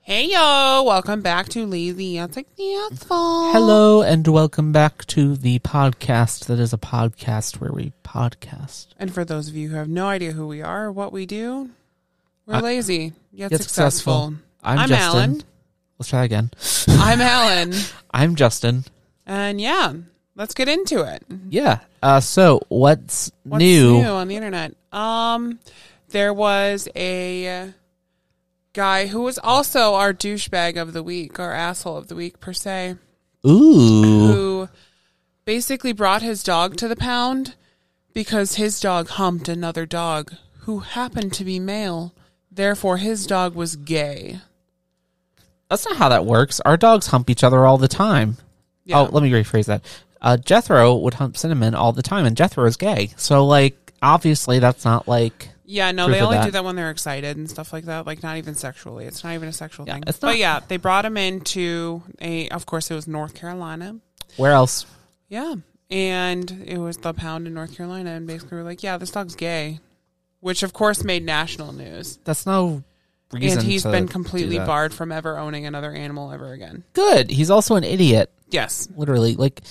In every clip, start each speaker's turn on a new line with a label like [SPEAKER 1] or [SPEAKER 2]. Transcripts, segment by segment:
[SPEAKER 1] Hey yo, welcome back to Lazy Ass Like the Asshole.
[SPEAKER 2] Hello and welcome back to the podcast that is a podcast where we podcast.
[SPEAKER 1] And for those of you who have no idea who we are or what we do, we're
[SPEAKER 2] Uh,
[SPEAKER 1] lazy yet,
[SPEAKER 2] Get
[SPEAKER 1] successful.
[SPEAKER 2] I'm,
[SPEAKER 1] I'm
[SPEAKER 2] Justin.
[SPEAKER 1] Alan.
[SPEAKER 2] Let's try again.
[SPEAKER 1] I'm Alan.
[SPEAKER 2] I'm Justin.
[SPEAKER 1] And yeah, let's get into it.
[SPEAKER 2] Yeah. Uh, so what's,
[SPEAKER 1] What's
[SPEAKER 2] new?
[SPEAKER 1] new on the internet? Um there was a guy who was also our douchebag of the week, our asshole of the week per se.
[SPEAKER 2] Ooh.
[SPEAKER 1] who basically brought his dog to the pound because his dog humped another dog who happened to be male. Therefore, his dog was gay.
[SPEAKER 2] That's not how that works. Our dogs hump each other all the time.
[SPEAKER 1] Yeah.
[SPEAKER 2] Oh, let me rephrase that. Uh, Jethro would hump Cinnamon all the time, and Jethro is gay. So, like, obviously, that's not like.
[SPEAKER 1] Yeah, no,
[SPEAKER 2] Proof
[SPEAKER 1] they
[SPEAKER 2] of
[SPEAKER 1] only
[SPEAKER 2] that.
[SPEAKER 1] do that when they're excited and stuff like that. Like not even sexually. It's not even a sexual
[SPEAKER 2] Yeah,
[SPEAKER 1] thing.
[SPEAKER 2] it's
[SPEAKER 1] But
[SPEAKER 2] not-
[SPEAKER 1] yeah, they brought him into a. Of course, it was North Carolina.
[SPEAKER 2] Where else?
[SPEAKER 1] Yeah, and it was the pound in North Carolina, and basically we're like, yeah, this dog's gay, which of course made national news.
[SPEAKER 2] That's no reason.
[SPEAKER 1] and he's
[SPEAKER 2] to
[SPEAKER 1] been
[SPEAKER 2] do
[SPEAKER 1] completely
[SPEAKER 2] that.
[SPEAKER 1] barred from ever owning another animal ever again.
[SPEAKER 2] Good. He's also an idiot.
[SPEAKER 1] Yes,
[SPEAKER 2] literally like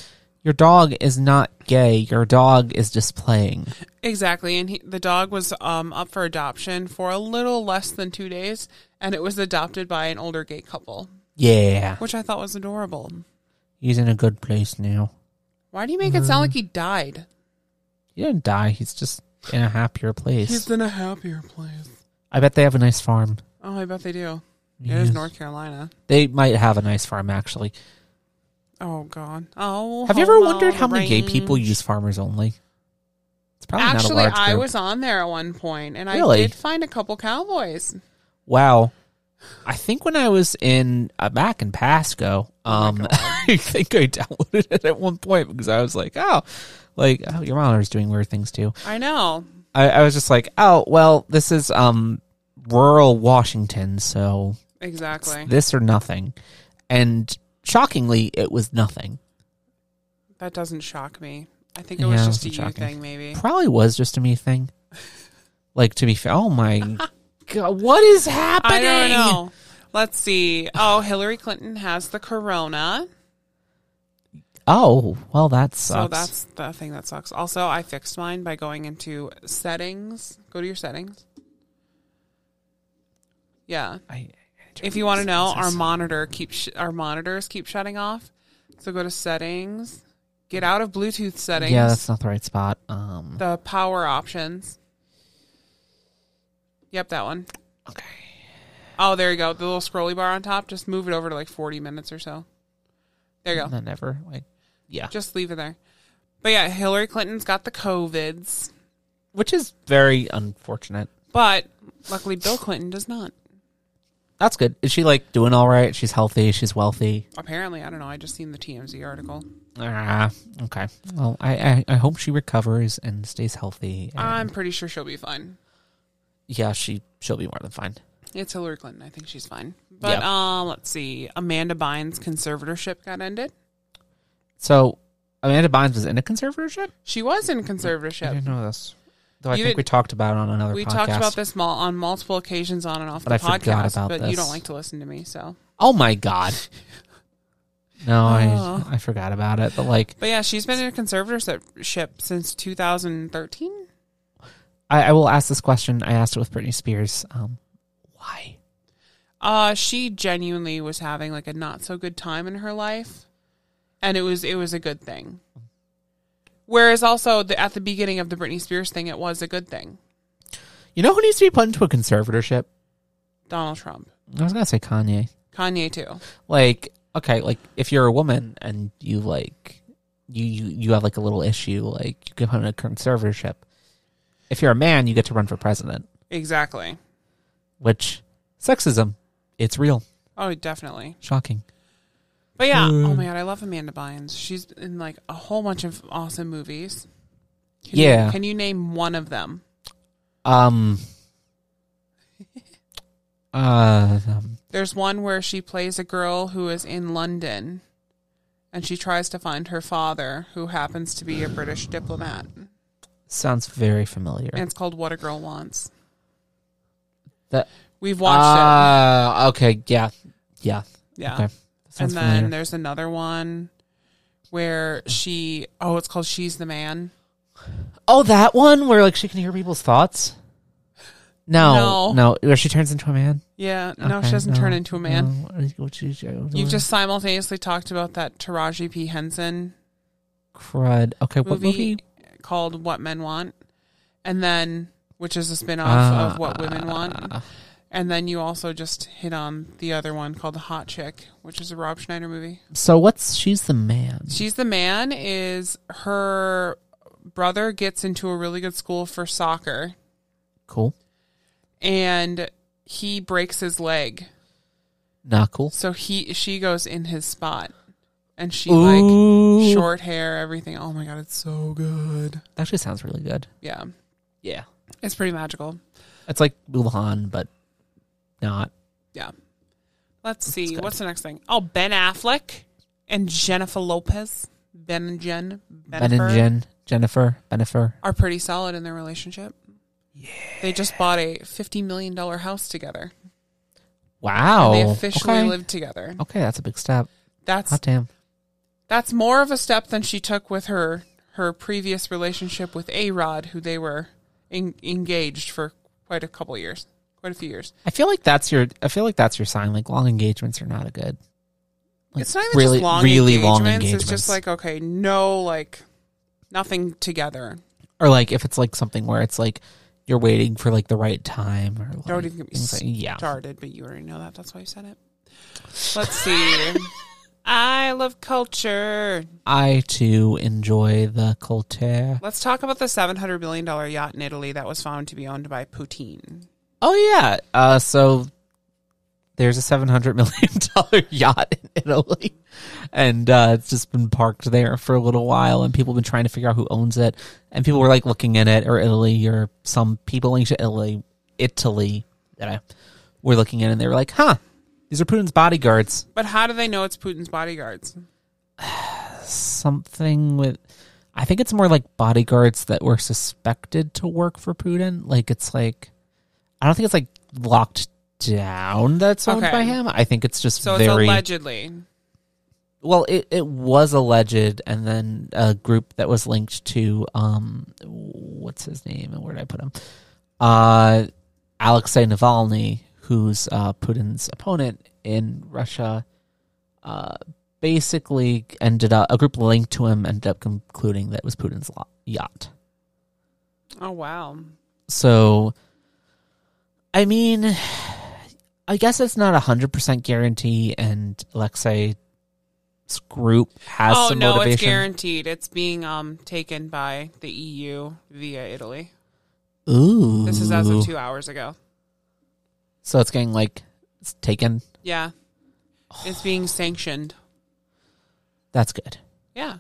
[SPEAKER 2] your dog is not gay your dog is just playing
[SPEAKER 1] exactly. And he, the dog was um, up for adoption for a little less than two days, and it was adopted by an older gay couple,
[SPEAKER 2] yeah
[SPEAKER 1] which I thought was adorable.
[SPEAKER 2] he's in a good place now
[SPEAKER 1] Why do you make it sound like he died?
[SPEAKER 2] he didn't die he's just in a happier place
[SPEAKER 1] He's in a happier place.
[SPEAKER 2] i bet they have a nice farm
[SPEAKER 1] Oh, I bet they do. It
[SPEAKER 2] Yes.
[SPEAKER 1] is North Carolina.
[SPEAKER 2] they might have a nice farm actually
[SPEAKER 1] Oh God. Oh,
[SPEAKER 2] have you ever
[SPEAKER 1] hold on,
[SPEAKER 2] wondered how many gay
[SPEAKER 1] rain.
[SPEAKER 2] people use farmers only it's probably
[SPEAKER 1] Actually,
[SPEAKER 2] not a large
[SPEAKER 1] I
[SPEAKER 2] group.
[SPEAKER 1] was on there at one point, and I
[SPEAKER 2] Really?
[SPEAKER 1] did find a couple cowboys.
[SPEAKER 2] wow i think when i was in uh, back in pasco
[SPEAKER 1] Oh
[SPEAKER 2] um i think i downloaded it at one point because i was like oh like oh, your monitor's doing weird things too
[SPEAKER 1] I know.
[SPEAKER 2] I, I was just like, oh well, this is um rural Washington, so it's
[SPEAKER 1] Exactly.
[SPEAKER 2] this or nothing. And shockingly, it was nothing.
[SPEAKER 1] That doesn't shock me. I think it was
[SPEAKER 2] Yeah,
[SPEAKER 1] just a
[SPEAKER 2] it
[SPEAKER 1] you
[SPEAKER 2] doesn't shock me.
[SPEAKER 1] thing, maybe.
[SPEAKER 2] Probably was just a me thing. Like to be fair, oh my god, what is happening?
[SPEAKER 1] I don't know. Let's see. Oh, Hillary Clinton has the corona.
[SPEAKER 2] Oh well, that sucks.
[SPEAKER 1] So that's the thing that sucks. Also, I fixed mine by going into settings. Go to your settings. Yeah.
[SPEAKER 2] I,
[SPEAKER 1] If you want to know, our monitor keeps sh- our monitors keep shutting off. So go to settings. Get out of Bluetooth settings.
[SPEAKER 2] yeah, that's not the right spot. Um,
[SPEAKER 1] the power options. Yep, that one.
[SPEAKER 2] okay,
[SPEAKER 1] Oh, there you go. The little scrolly bar on top. Just move it over to like 40 minutes or so. There you go.
[SPEAKER 2] that never. Like, yeah,
[SPEAKER 1] Just leave it there. But yeah, Hillary Clinton's got the COVIDs,
[SPEAKER 2] which is very unfortunate.
[SPEAKER 1] but luckily Bill Clinton does not.
[SPEAKER 2] That's good. Is she like doing all right? She's healthy. She's wealthy.
[SPEAKER 1] Apparently, I don't know. I just seen the TMZ article.
[SPEAKER 2] Ah, okay. Well, I, I, I hope she recovers and stays healthy. and-
[SPEAKER 1] I'm pretty sure she'll be fine.
[SPEAKER 2] yeah, she she'll be more than fine.
[SPEAKER 1] It's Hillary Clinton. I think she's fine. But
[SPEAKER 2] Yep.
[SPEAKER 1] uh, let's see. Amanda Bynes' conservatorship got ended.
[SPEAKER 2] So Amanda Bynes was in a conservatorship.
[SPEAKER 1] She was in
[SPEAKER 2] I
[SPEAKER 1] conservatorship.
[SPEAKER 2] didn't know this. Though I
[SPEAKER 1] You
[SPEAKER 2] think we
[SPEAKER 1] didn't-
[SPEAKER 2] talked about it on another.
[SPEAKER 1] We
[SPEAKER 2] podcast.
[SPEAKER 1] talked about this mul- on multiple occasions on and off
[SPEAKER 2] But
[SPEAKER 1] the
[SPEAKER 2] I forgot
[SPEAKER 1] podcast,
[SPEAKER 2] about
[SPEAKER 1] but you
[SPEAKER 2] this.
[SPEAKER 1] don't like to listen to me, so.
[SPEAKER 2] Oh my god. No,
[SPEAKER 1] Oh.
[SPEAKER 2] I I forgot about it. But like,
[SPEAKER 1] But yeah, she's been in a conservatorship since 2013.
[SPEAKER 2] I, I will ask this question. I asked it with Britney Spears. Um, why?
[SPEAKER 1] Uh, she genuinely was having like a not so good time in her life, and it was it was a good thing. Whereas also the, at the beginning of the Britney Spears thing, it was a good thing.
[SPEAKER 2] You know who needs to be put into a conservatorship?
[SPEAKER 1] Donald Trump,
[SPEAKER 2] I was gonna say Kanye.
[SPEAKER 1] Kanye too.
[SPEAKER 2] like okay like if you're a woman and you like you you, you have like a little issue like you get on a conservatorship if you're a man you get to run for president
[SPEAKER 1] Exactly.
[SPEAKER 2] which sexism it's real
[SPEAKER 1] Oh, definitely.
[SPEAKER 2] shocking
[SPEAKER 1] But yeah.
[SPEAKER 2] Hmm.
[SPEAKER 1] Oh my god, I love Amanda Bynes. She's in like a whole bunch of awesome movies. Can
[SPEAKER 2] Yeah.
[SPEAKER 1] You, can you name one of them?
[SPEAKER 2] um uh um,
[SPEAKER 1] There's one where she plays a girl who is in London and she tries to find her father, who happens to be a British diplomat.
[SPEAKER 2] sounds very familiar
[SPEAKER 1] And it's called What a Girl Wants.
[SPEAKER 2] That-
[SPEAKER 1] We've watched
[SPEAKER 2] uh, okay yeah
[SPEAKER 1] it.
[SPEAKER 2] Yeah.
[SPEAKER 1] Yeah.
[SPEAKER 2] Okay.
[SPEAKER 1] and
[SPEAKER 2] Sounds
[SPEAKER 1] then
[SPEAKER 2] familiar.
[SPEAKER 1] there's another one where she oh it's called she's the man
[SPEAKER 2] Oh, that one where like she can hear people's thoughts. No,
[SPEAKER 1] No.
[SPEAKER 2] no, where she turns into a man.
[SPEAKER 1] yeah no
[SPEAKER 2] Okay,
[SPEAKER 1] she doesn't
[SPEAKER 2] no,
[SPEAKER 1] turn into a man
[SPEAKER 2] no, what is- what is- uh,
[SPEAKER 1] you've just simultaneously talked about that taraji p henson
[SPEAKER 2] crud. Okay, what
[SPEAKER 1] movie
[SPEAKER 2] movie?
[SPEAKER 1] called What Men Want, and then which is a spin off of What Women Want. And then you also just hit on the other one called Hot Chick, which is a Rob Schneider movie.
[SPEAKER 2] So what's she's the man?
[SPEAKER 1] She's the man is her brother gets into a really good school for soccer
[SPEAKER 2] Cool.
[SPEAKER 1] and he breaks his leg.
[SPEAKER 2] Not cool.
[SPEAKER 1] So he she goes in his spot and she
[SPEAKER 2] Ooh,
[SPEAKER 1] like short hair, everything. Oh my god, it's so good.
[SPEAKER 2] That actually sounds really good.
[SPEAKER 1] Yeah.
[SPEAKER 2] Yeah,
[SPEAKER 1] It's pretty magical.
[SPEAKER 2] it's like Mulan, but not.
[SPEAKER 1] Yeah. Let's see.
[SPEAKER 2] good.
[SPEAKER 1] What's the next thing? Oh, Ben Affleck and Jennifer Lopez. Ben and Jen.
[SPEAKER 2] Ben and Jen, Jennifer, Benifer.
[SPEAKER 1] Are pretty solid in their relationship. Yeah. They just bought a $50 million house together.
[SPEAKER 2] Wow.
[SPEAKER 1] they officially
[SPEAKER 2] Oh, okay.
[SPEAKER 1] live together.
[SPEAKER 2] Okay, that's a big step.
[SPEAKER 1] That's
[SPEAKER 2] Hot damn.
[SPEAKER 1] that's more of a step than she took with her her previous relationship with A Rod, who they were en- engaged for quite a couple years, quite a few years.
[SPEAKER 2] I feel like that's your. I feel like that's your sign. Like long engagements are not a good. like,
[SPEAKER 1] it's not even just long engagements. It's just like okay, no, like nothing together.
[SPEAKER 2] or like if it's like something where it's like you're waiting for like the right time or like,
[SPEAKER 1] Don't even get me
[SPEAKER 2] things like- yeah.
[SPEAKER 1] started, but you already know that. That's why you said it. Let's see. I love culture.
[SPEAKER 2] I too enjoy the culture.
[SPEAKER 1] Let's talk about the seven hundred million dollar yacht in Italy that was found to be owned by Putin.
[SPEAKER 2] Oh yeah. Uh, so there's a seven hundred million dollar yacht in Italy, and uh, it's just been parked there for a little while, and people have been trying to figure out who owns it, and people were like looking at it, or Italy, or some people linked to Italy, Italy that I were looking at, it, and they were like, huh. These are Putin's bodyguards.
[SPEAKER 1] But how do they know it's Putin's bodyguards?
[SPEAKER 2] something with I think it's more like bodyguards that were suspected to work for Putin. Like it's like I don't think it's like locked down that's owned
[SPEAKER 1] Okay.
[SPEAKER 2] by him. I think it's just
[SPEAKER 1] So
[SPEAKER 2] very
[SPEAKER 1] it's allegedly.
[SPEAKER 2] well it, it was alleged and then a group that was linked to um what's his name and where did I put him? Uh Alexei Navalny, who's uh Putin's opponent in Russia uh, basically ended up a group linked to him ended up concluding that it was Putin's lo- yacht.
[SPEAKER 1] Oh wow.
[SPEAKER 2] So, I mean, I guess it's not a hundred percent guarantee, and Alexei's group has
[SPEAKER 1] oh
[SPEAKER 2] some
[SPEAKER 1] no, it's
[SPEAKER 2] motivation.
[SPEAKER 1] guaranteed. It's being um taken by the EU via Italy.
[SPEAKER 2] Ooh,
[SPEAKER 1] This is as of two hours ago.
[SPEAKER 2] so it's getting like it's taken.
[SPEAKER 1] Yeah. It's being sanctioned.
[SPEAKER 2] That's good.
[SPEAKER 1] Yeah.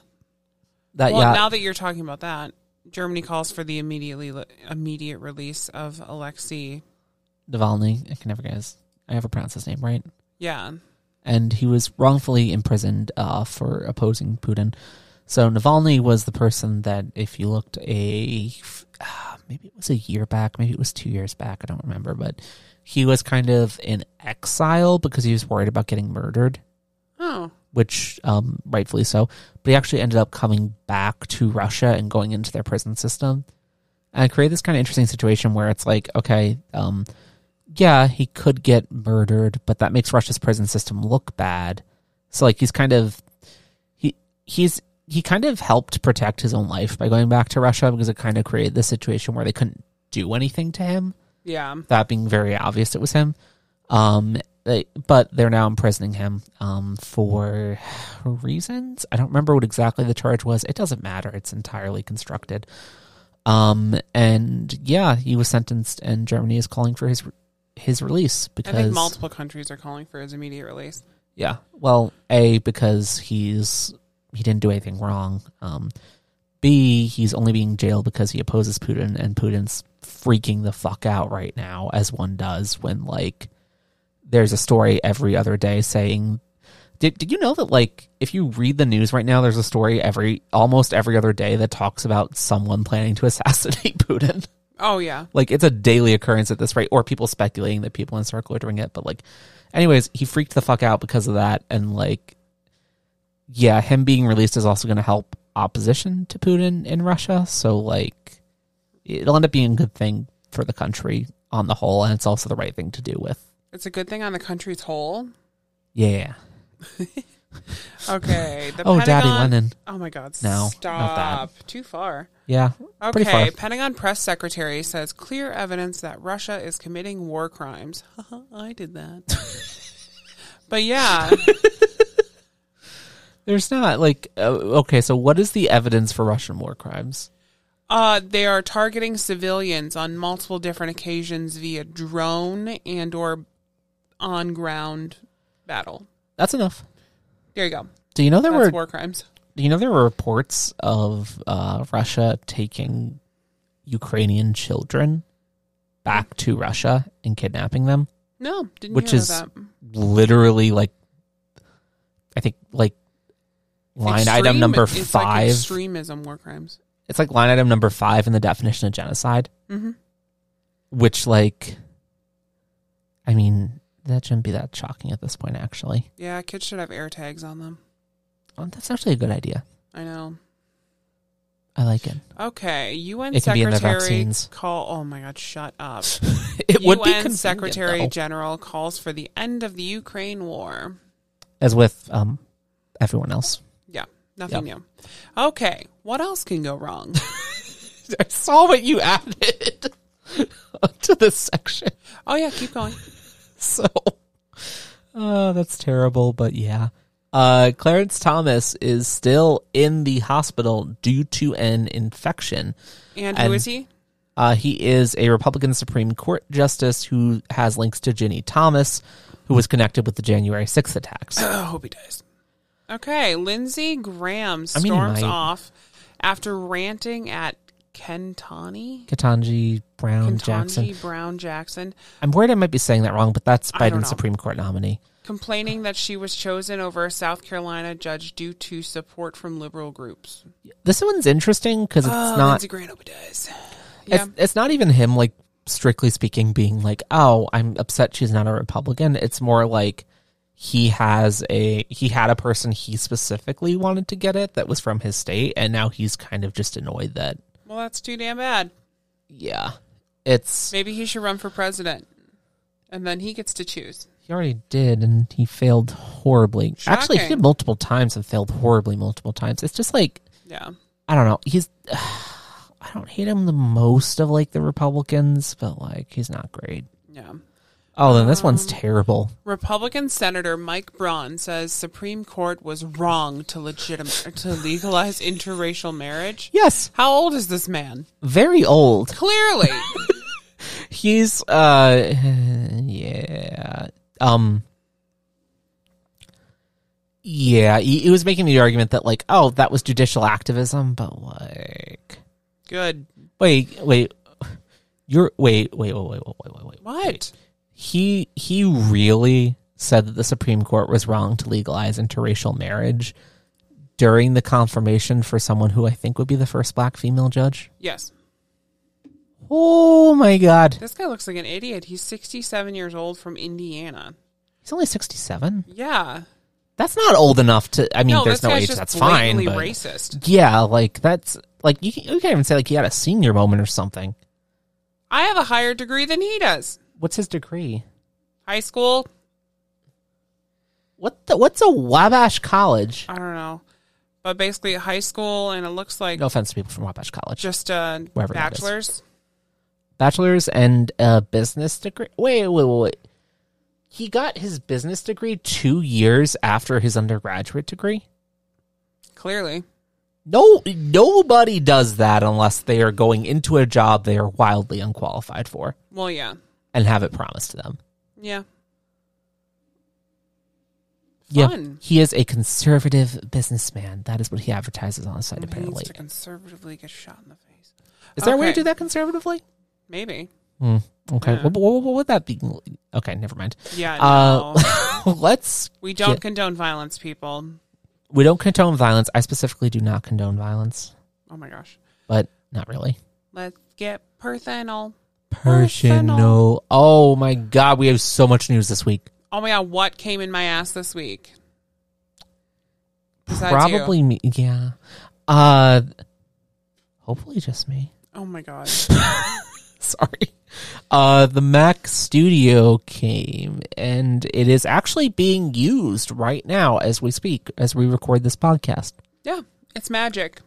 [SPEAKER 2] That
[SPEAKER 1] well,
[SPEAKER 2] yacht.
[SPEAKER 1] now that you're talking about that, Germany calls for the immediately immediate release of Alexei.
[SPEAKER 2] Navalny. I can never guess. I ever pronounce his name right.
[SPEAKER 1] Yeah.
[SPEAKER 2] and he was wrongfully imprisoned uh, for opposing Putin. So Navalny was the person that, if you looked a uh, maybe it was a year back, maybe it was two years back, I don't remember, but he was kind of in exile because he was worried about getting murdered,
[SPEAKER 1] Oh.
[SPEAKER 2] which um, rightfully so. But he actually ended up coming back to Russia and going into their prison system and create this kind of interesting situation where it's like, okay, um, yeah, he could get murdered, but that makes Russia's prison system look bad. So like he's kind of he he's he kind of helped protect his own life by going back to Russia because it kind of created this situation where they couldn't do anything to him
[SPEAKER 1] Yeah.
[SPEAKER 2] that being very obvious it was him. Um, they, but they're now imprisoning him um, for reasons. I don't remember what exactly the charge was. It doesn't matter. It's entirely constructed. Um, and yeah, he was sentenced, and Germany is calling for his his release
[SPEAKER 1] I
[SPEAKER 2] because
[SPEAKER 1] think multiple countries are calling for his immediate release.
[SPEAKER 2] yeah. Well, A because he's he didn't do anything wrong. Um B he's only being jailed because he opposes Putin and Putin's freaking the fuck out right now as one does when like there's a story every other day saying did, did you know that like if you read the news right now there's a story every almost every other day that talks about someone planning to assassinate Putin
[SPEAKER 1] Oh yeah.
[SPEAKER 2] Like it's a daily occurrence at this rate, or people speculating that people in the circle are doing it. But like, anyways, he freaked the fuck out because of that, and like, yeah, him being released is also going to help opposition to Putin in Russia. So like, it'll end up being a good thing for the country on the whole, and it's also the right thing to do with.
[SPEAKER 1] It's a good thing on the country's whole.
[SPEAKER 2] Yeah.
[SPEAKER 1] Okay. The
[SPEAKER 2] Oh, Daddy
[SPEAKER 1] Pentagon-
[SPEAKER 2] Lenin.
[SPEAKER 1] Oh my God.
[SPEAKER 2] No, not that.
[SPEAKER 1] Stop. Too far.
[SPEAKER 2] Yeah. Pretty
[SPEAKER 1] Okay.
[SPEAKER 2] far.
[SPEAKER 1] Pentagon press secretary says clear evidence that Russia is committing war crimes. I did that. but yeah,
[SPEAKER 2] There's not like uh, okay. So what is the evidence for Russian war crimes?
[SPEAKER 1] uh, they are targeting civilians on multiple different occasions via drone and or on ground battle.
[SPEAKER 2] That's enough.
[SPEAKER 1] There you go.
[SPEAKER 2] Do you know there
[SPEAKER 1] That's
[SPEAKER 2] were
[SPEAKER 1] war crimes.
[SPEAKER 2] do you know there were reports of uh, Russia taking Ukrainian children back to Russia and kidnapping them?
[SPEAKER 1] No, didn't
[SPEAKER 2] Which
[SPEAKER 1] hear
[SPEAKER 2] is
[SPEAKER 1] that.
[SPEAKER 2] Literally, like I think like line item
[SPEAKER 1] Extreme-
[SPEAKER 2] number
[SPEAKER 1] it's like
[SPEAKER 2] five.
[SPEAKER 1] extremism war crimes.
[SPEAKER 2] it's like line item number five in the definition of genocide,
[SPEAKER 1] hmm
[SPEAKER 2] which like I mean that shouldn't be that shocking at this point. Actually,
[SPEAKER 1] Yeah, kids should have air tags on them.
[SPEAKER 2] Oh, that's actually a good idea.
[SPEAKER 1] I know.
[SPEAKER 2] I like it.
[SPEAKER 1] Okay, UN
[SPEAKER 2] It can be in their
[SPEAKER 1] Secretary
[SPEAKER 2] vaccines.
[SPEAKER 1] call. Oh my God, shut up!
[SPEAKER 2] It
[SPEAKER 1] UN
[SPEAKER 2] would be convenient,
[SPEAKER 1] Secretary
[SPEAKER 2] though.
[SPEAKER 1] General calls for the end of the Ukraine war.
[SPEAKER 2] as with um everyone else.
[SPEAKER 1] Yeah, nothing new. Okay, what else can go wrong?
[SPEAKER 2] I saw what you added to this section.
[SPEAKER 1] oh yeah, keep going.
[SPEAKER 2] So uh, that's terrible, but yeah. Uh, Clarence Thomas is still in the hospital due to an infection.
[SPEAKER 1] And,
[SPEAKER 2] And-
[SPEAKER 1] who is he?
[SPEAKER 2] Uh, he is a Republican Supreme Court justice who has links to Ginny Thomas, who was connected with the January 6th attacks.
[SPEAKER 1] Oh, I hope he dies. Okay, Lindsey Graham
[SPEAKER 2] I mean, he
[SPEAKER 1] storms
[SPEAKER 2] might.
[SPEAKER 1] off after ranting at Kentani.
[SPEAKER 2] Katanji Brown Jackson.
[SPEAKER 1] Ketanji Brown Jackson
[SPEAKER 2] I'm worried I might be saying that wrong, but that's
[SPEAKER 1] I don't
[SPEAKER 2] Biden's
[SPEAKER 1] know.
[SPEAKER 2] Supreme Court nominee.
[SPEAKER 1] complaining that she was chosen over a South Carolina judge due to support from liberal groups.
[SPEAKER 2] This one's interesting because it's
[SPEAKER 1] Oh,
[SPEAKER 2] not
[SPEAKER 1] Lindsey Graham does. Yeah.
[SPEAKER 2] it's, it's not even him like strictly speaking being like oh i'm upset she's not a republican it's more like he has a he had a person he specifically wanted to get it that was from his state and now he's kind of just annoyed that
[SPEAKER 1] Well, that's too damn bad.
[SPEAKER 2] yeah it's
[SPEAKER 1] Maybe he should run for president, and then he gets to choose.
[SPEAKER 2] he already did and he failed horribly actually he
[SPEAKER 1] Shocking.
[SPEAKER 2] did multiple times and failed horribly multiple times it's just like
[SPEAKER 1] Yeah.
[SPEAKER 2] i don't know he's i don't hate him the most of like the republicans but like he's not great
[SPEAKER 1] Yeah.
[SPEAKER 2] oh then this
[SPEAKER 1] Um,
[SPEAKER 2] one's terrible
[SPEAKER 1] Republican Senator Mike Braun says Supreme Court was wrong to legitim- to legalize interracial marriage.
[SPEAKER 2] yes
[SPEAKER 1] How old is this man?
[SPEAKER 2] very old.
[SPEAKER 1] Clearly.
[SPEAKER 2] He's uh yeah. Um Yeah, he, he was making the argument that like, oh, that was judicial activism, but like
[SPEAKER 1] Good.
[SPEAKER 2] wait, wait. You're wait, wait, wait, wait, wait, wait, wait, wait.
[SPEAKER 1] What?
[SPEAKER 2] He he really said that the Supreme Court was wrong to legalize interracial marriage during the confirmation for someone who I think would be the first black female judge.
[SPEAKER 1] Yes.
[SPEAKER 2] Oh my god.
[SPEAKER 1] This guy looks like an idiot. He's 67 years old from Indiana.
[SPEAKER 2] He's only 67.
[SPEAKER 1] Yeah.
[SPEAKER 2] That's not old enough to. I mean,
[SPEAKER 1] no,
[SPEAKER 2] there's
[SPEAKER 1] this
[SPEAKER 2] no
[SPEAKER 1] guy's
[SPEAKER 2] age.
[SPEAKER 1] just
[SPEAKER 2] That's fine.
[SPEAKER 1] blatantly
[SPEAKER 2] but-
[SPEAKER 1] racist.
[SPEAKER 2] yeah, like that's like you, can, you can't even say like he had a senior moment or something.
[SPEAKER 1] I have a higher degree than he does.
[SPEAKER 2] What's his degree?
[SPEAKER 1] High school,
[SPEAKER 2] What the, what's a Wabash College?
[SPEAKER 1] I don't know. But basically high school and it looks like
[SPEAKER 2] No offense to people from Wabash College.
[SPEAKER 1] just a
[SPEAKER 2] Wherever that is.
[SPEAKER 1] bachelor's.
[SPEAKER 2] bachelor's and a business degree. Wait, wait, wait, wait. He got his business degree two years after his undergraduate degree.
[SPEAKER 1] Clearly.
[SPEAKER 2] No, nobody does that unless they are going into a job they are wildly unqualified for
[SPEAKER 1] Well, yeah.
[SPEAKER 2] and have it promised to them.
[SPEAKER 1] Yeah.
[SPEAKER 2] Yeah,
[SPEAKER 1] Fun.
[SPEAKER 2] he is a conservative businessman. That is what he advertises on his site,
[SPEAKER 1] He needs
[SPEAKER 2] apparently.
[SPEAKER 1] to conservatively get shot in the face.
[SPEAKER 2] Is there a way to
[SPEAKER 1] Okay.
[SPEAKER 2] do that conservatively?
[SPEAKER 1] Maybe.
[SPEAKER 2] Hmm. okay. What, what- what would that be? Okay, never mind.
[SPEAKER 1] Yeah. No.
[SPEAKER 2] Uh, let's.
[SPEAKER 1] we don't
[SPEAKER 2] yeah.
[SPEAKER 1] condone violence, people.
[SPEAKER 2] We don't condone violence. I specifically do not condone violence,
[SPEAKER 1] Oh my gosh.
[SPEAKER 2] but not really.
[SPEAKER 1] Let's get Personal.
[SPEAKER 2] Personal. Oh my god, we have so much news this week.
[SPEAKER 1] Oh my god, what came in my ass this week? Besides you.
[SPEAKER 2] Probably me. Yeah. Uh, hopefully just me.
[SPEAKER 1] Oh my god.
[SPEAKER 2] Sorry. Uh, the Mac Studio came, and it is actually being used right now as we speak, as we record this podcast.
[SPEAKER 1] Yeah, it's magic.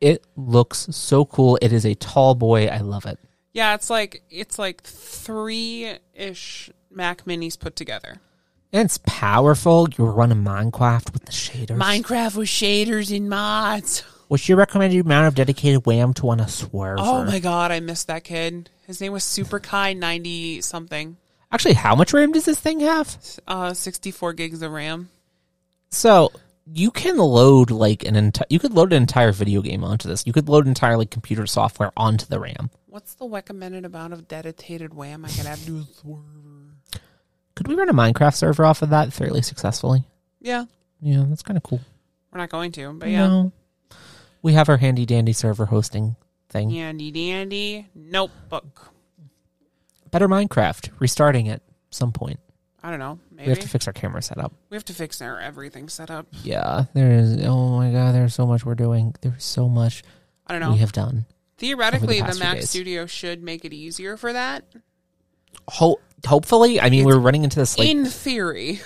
[SPEAKER 2] It looks so cool. It is a tall boy. I love it.
[SPEAKER 1] Yeah, it's like it's like three ish Mac Minis put together.
[SPEAKER 2] And it's powerful. You're running Minecraft with the shaders.
[SPEAKER 1] Minecraft with shaders and mods.
[SPEAKER 2] What's your recommended amount of dedicated RAM to want to swerve?
[SPEAKER 1] Oh my god, I missed that kid. His name was Super Kai ninety something.
[SPEAKER 2] Actually, how much RAM does this thing have?
[SPEAKER 1] Uh sixty four gigs of RAM.
[SPEAKER 2] So you can load like an entire. You could load an entire video game onto this. You could load entire like computer software onto the RAM.
[SPEAKER 1] What's the recommended amount of dedicated wham I could have to swerve?
[SPEAKER 2] Could we run a Minecraft server off of that fairly successfully?
[SPEAKER 1] Yeah.
[SPEAKER 2] Yeah, that's kind of cool.
[SPEAKER 1] We're not going to, but yeah.
[SPEAKER 2] No. we have our handy dandy server hosting thing.
[SPEAKER 1] Yandy dandy notebook.
[SPEAKER 2] Better Minecraft. Restarting it some point.
[SPEAKER 1] I don't know. Maybe
[SPEAKER 2] We have to fix our camera setup.
[SPEAKER 1] fix our everything set up.
[SPEAKER 2] Yeah, there is. Oh my god, there's so much we're doing. There's so much
[SPEAKER 1] I don't
[SPEAKER 2] we
[SPEAKER 1] know.
[SPEAKER 2] have done.
[SPEAKER 1] Theoretically,
[SPEAKER 2] over the
[SPEAKER 1] the,
[SPEAKER 2] past few
[SPEAKER 1] Mac
[SPEAKER 2] days.
[SPEAKER 1] Studio should make it easier for that.
[SPEAKER 2] Ho- hopefully, I mean, we're running into this like
[SPEAKER 1] in theory.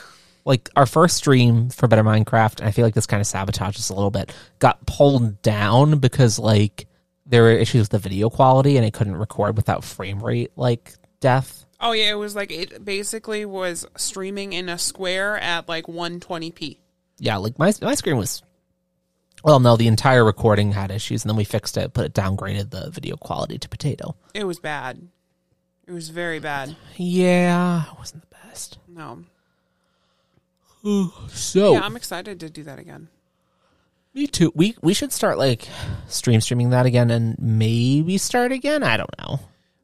[SPEAKER 2] like our first stream for Better Minecraft, and I feel like this kind of sabotages a little bit. Got pulled down because like there were issues with the video quality, and it couldn't record without frame rate like death.
[SPEAKER 1] Oh yeah, it was like it basically was streaming in a square at like 120p.
[SPEAKER 2] Yeah, like my my screen was. Well, no, the entire recording had issues, and then we fixed it, but it downgraded the video quality to potato.
[SPEAKER 1] It was bad. It was very bad.
[SPEAKER 2] Yeah, it wasn't the best.
[SPEAKER 1] No.
[SPEAKER 2] So Oh.
[SPEAKER 1] Yeah, I'm excited to do that again.
[SPEAKER 2] Me too. We we should start like stream streaming that again and maybe start again. I don't know.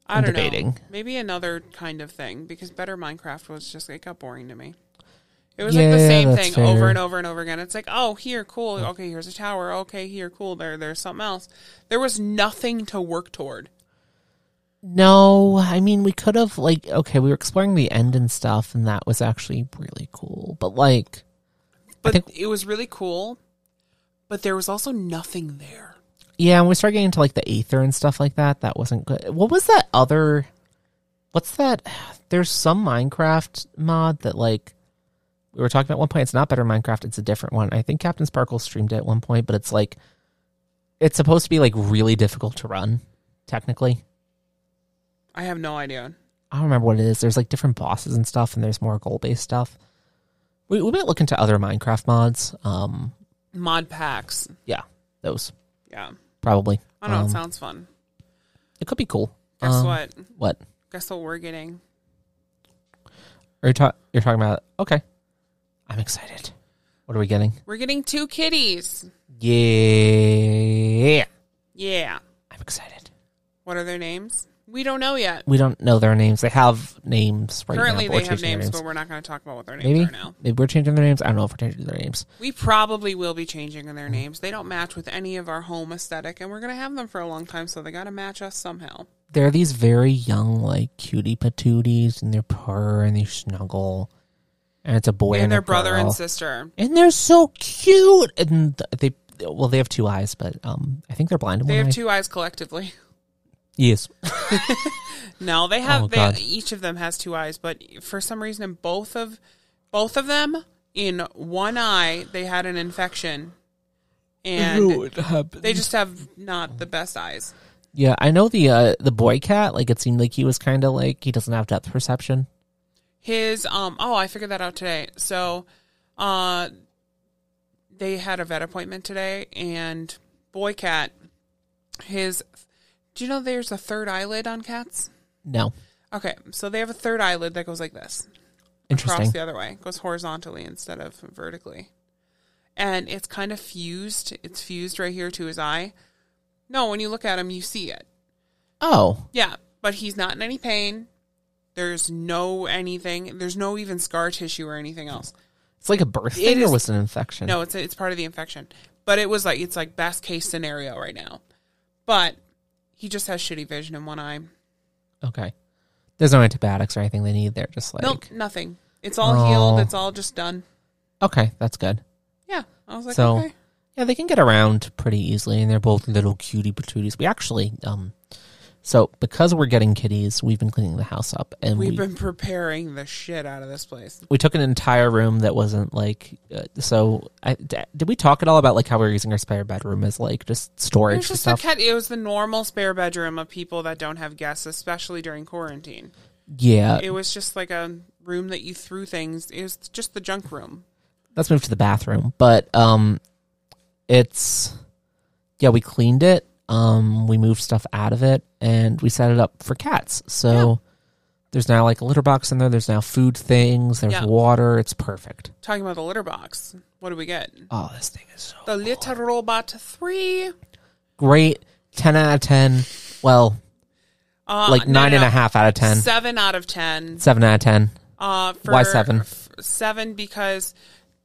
[SPEAKER 1] I
[SPEAKER 2] I'm
[SPEAKER 1] don't know.
[SPEAKER 2] debating.
[SPEAKER 1] Maybe another kind of thing because better Minecraft was just it got boring to me. It was like the
[SPEAKER 2] Yeah,
[SPEAKER 1] same
[SPEAKER 2] that's
[SPEAKER 1] thing
[SPEAKER 2] fair.
[SPEAKER 1] over and over and over again. It's like, oh, here, cool. Okay, here's a tower. Okay, here, cool. There, there's something else. There was nothing to work toward.
[SPEAKER 2] No, I mean we could have like okay, we were exploring the end and stuff and that was actually really cool. But like
[SPEAKER 1] But
[SPEAKER 2] think-
[SPEAKER 1] it was really cool. But there was also nothing there.
[SPEAKER 2] yeah, when we started getting into like the aether and stuff like that, that wasn't good. What was that other what's that there's some Minecraft mod that like we were talking about at one point, it's not better Minecraft, it's a different one. I think Captain Sparkle streamed it at one point, but it's like it's supposed to be like really difficult to run, technically.
[SPEAKER 1] I have no idea.
[SPEAKER 2] I don't remember what it is. There's like different bosses and stuff, and there's more goal based stuff. We, we might look into other Minecraft mods. Um,
[SPEAKER 1] Mod packs.
[SPEAKER 2] yeah, those
[SPEAKER 1] Yeah.
[SPEAKER 2] probably.
[SPEAKER 1] I don't know.
[SPEAKER 2] Um,
[SPEAKER 1] it sounds fun.
[SPEAKER 2] it could be cool.
[SPEAKER 1] Guess
[SPEAKER 2] Um,
[SPEAKER 1] what?
[SPEAKER 2] What
[SPEAKER 1] Guess what we're getting?
[SPEAKER 2] are you ta- you're talking about? Okay, I'm excited. What are we getting?
[SPEAKER 1] We're getting two kitties.
[SPEAKER 2] Yeah,
[SPEAKER 1] Yeah.
[SPEAKER 2] I'm excited.
[SPEAKER 1] What are their names? We don't know yet.
[SPEAKER 2] We don't know their names. They have names right
[SPEAKER 1] Currently,
[SPEAKER 2] now. but
[SPEAKER 1] they have
[SPEAKER 2] we're changing their
[SPEAKER 1] names, but we're not going to talk about what their names
[SPEAKER 2] Maybe
[SPEAKER 1] are now.
[SPEAKER 2] maybe we're changing their names. I don't know if we're changing their names.
[SPEAKER 1] We probably will be changing their names. They don't match with any of our home aesthetic, and we're going to have them for a long time, so they got to match us somehow.
[SPEAKER 2] they're these very young, like cutie patooties, and they purr and they snuggle, and it's a boy
[SPEAKER 1] They're
[SPEAKER 2] and
[SPEAKER 1] their
[SPEAKER 2] a
[SPEAKER 1] brother
[SPEAKER 2] girl.
[SPEAKER 1] and sister.
[SPEAKER 2] and they're so cute. And th- they, well, they have two eyes, but um, I think they're blind in
[SPEAKER 1] They
[SPEAKER 2] one
[SPEAKER 1] have
[SPEAKER 2] eye.
[SPEAKER 1] two eyes collectively.
[SPEAKER 2] Yes,
[SPEAKER 1] No, they have.
[SPEAKER 2] Oh,
[SPEAKER 1] they,
[SPEAKER 2] God.
[SPEAKER 1] each of them has two eyes, but for some reason, in both of both of them in one eye, they had an infection, and they just have not the best eyes.
[SPEAKER 2] yeah, I know the uh, the boy cat. Like it seemed like he was kind of like he doesn't have depth perception.
[SPEAKER 1] his um oh i figured that out today so uh they had a vet appointment today and boy cat his do you know there's a third eyelid on cats
[SPEAKER 2] No,
[SPEAKER 1] okay so they have a third eyelid that goes like this across
[SPEAKER 2] interesting.
[SPEAKER 1] the other way goes horizontally instead of vertically and it's kind of fused it's fused right here to his eye no when you look at him you see it
[SPEAKER 2] Oh,
[SPEAKER 1] yeah, but he's not in any pain. There's no anything. There's no even scar tissue or anything else.
[SPEAKER 2] it's like a birth thing,
[SPEAKER 1] is-
[SPEAKER 2] or was it an infection?
[SPEAKER 1] No, it's it's part of the infection. But it was like it's like best case scenario right now. But He just has shitty vision in one eye.
[SPEAKER 2] Okay. There's no antibiotics or anything they need. They're just like,
[SPEAKER 1] nope, nothing. It's all
[SPEAKER 2] Oh.
[SPEAKER 1] healed. It's all just done.
[SPEAKER 2] okay, that's good.
[SPEAKER 1] Yeah. I was like,
[SPEAKER 2] So-
[SPEAKER 1] okay.
[SPEAKER 2] Yeah, they can get around pretty easily, and they're both little cutie patooties. We actually, um, so because we're getting kitties, we've been cleaning the house up, and
[SPEAKER 1] We've
[SPEAKER 2] we
[SPEAKER 1] been preparing the shit out of this place.
[SPEAKER 2] we took an entire room that wasn't like. Uh, so, I d did we talk at all about like how we we're using our spare bedroom as like just
[SPEAKER 1] It
[SPEAKER 2] storage
[SPEAKER 1] was
[SPEAKER 2] for
[SPEAKER 1] just a
[SPEAKER 2] stuff?
[SPEAKER 1] cat. It was the normal spare bedroom of people that don't have guests, especially during quarantine.
[SPEAKER 2] yeah,
[SPEAKER 1] It was just like a room that you threw things. It was just the junk room.
[SPEAKER 2] let's move to the bathroom. But um, it's yeah, we cleaned it. Um, we moved stuff out of it, and we set it up for cats. So
[SPEAKER 1] Yeah.
[SPEAKER 2] there's now like a litter box in there. There's now food things. There's
[SPEAKER 1] Yeah.
[SPEAKER 2] water. It's perfect.
[SPEAKER 1] Talking about the litter box. What do we get?
[SPEAKER 2] Oh, this thing is so
[SPEAKER 1] The Litter Robot 3.
[SPEAKER 2] great. Ten out of ten. Well,
[SPEAKER 1] Uh,
[SPEAKER 2] like nine and a half out of ten.
[SPEAKER 1] Seven out of ten.
[SPEAKER 2] Seven out of ten.
[SPEAKER 1] Uh, for,
[SPEAKER 2] Why seven?
[SPEAKER 1] f- seven because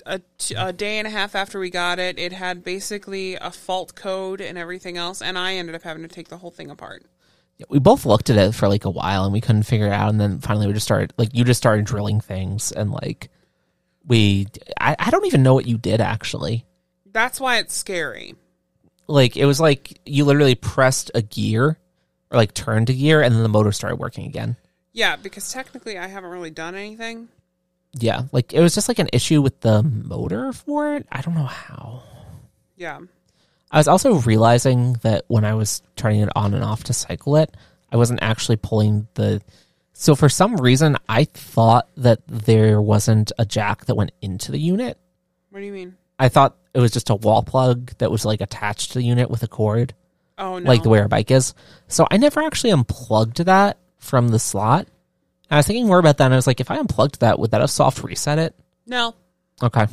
[SPEAKER 1] a, t- a day and a half after we got it, it had basically a fault code and everything else, and I ended up having to take the whole thing apart.
[SPEAKER 2] we both looked at it for like a while and we couldn't figure it out and then finally we just started like you just started drilling things and like we I, I don't even know what you did actually
[SPEAKER 1] That's why it's scary.
[SPEAKER 2] like it was like you literally pressed a gear or like turned a gear and then the motor started working again
[SPEAKER 1] Yeah, because technically I haven't really done anything.
[SPEAKER 2] yeah like it was just like an issue with the motor for it i don't know how
[SPEAKER 1] Yeah.
[SPEAKER 2] I was also realizing that when I was turning it on and off to cycle it, I wasn't actually pulling the. So for some reason, I thought that there wasn't a jack that went into the unit.
[SPEAKER 1] What do you mean?
[SPEAKER 2] I thought it was just a wall plug that was like attached to the unit with a cord,
[SPEAKER 1] Oh no.
[SPEAKER 2] like the way our bike is. So I never actually unplugged that from the slot. I was thinking more about that, and I was like, if I unplugged that, would that have soft reset it?
[SPEAKER 1] No.
[SPEAKER 2] Okay.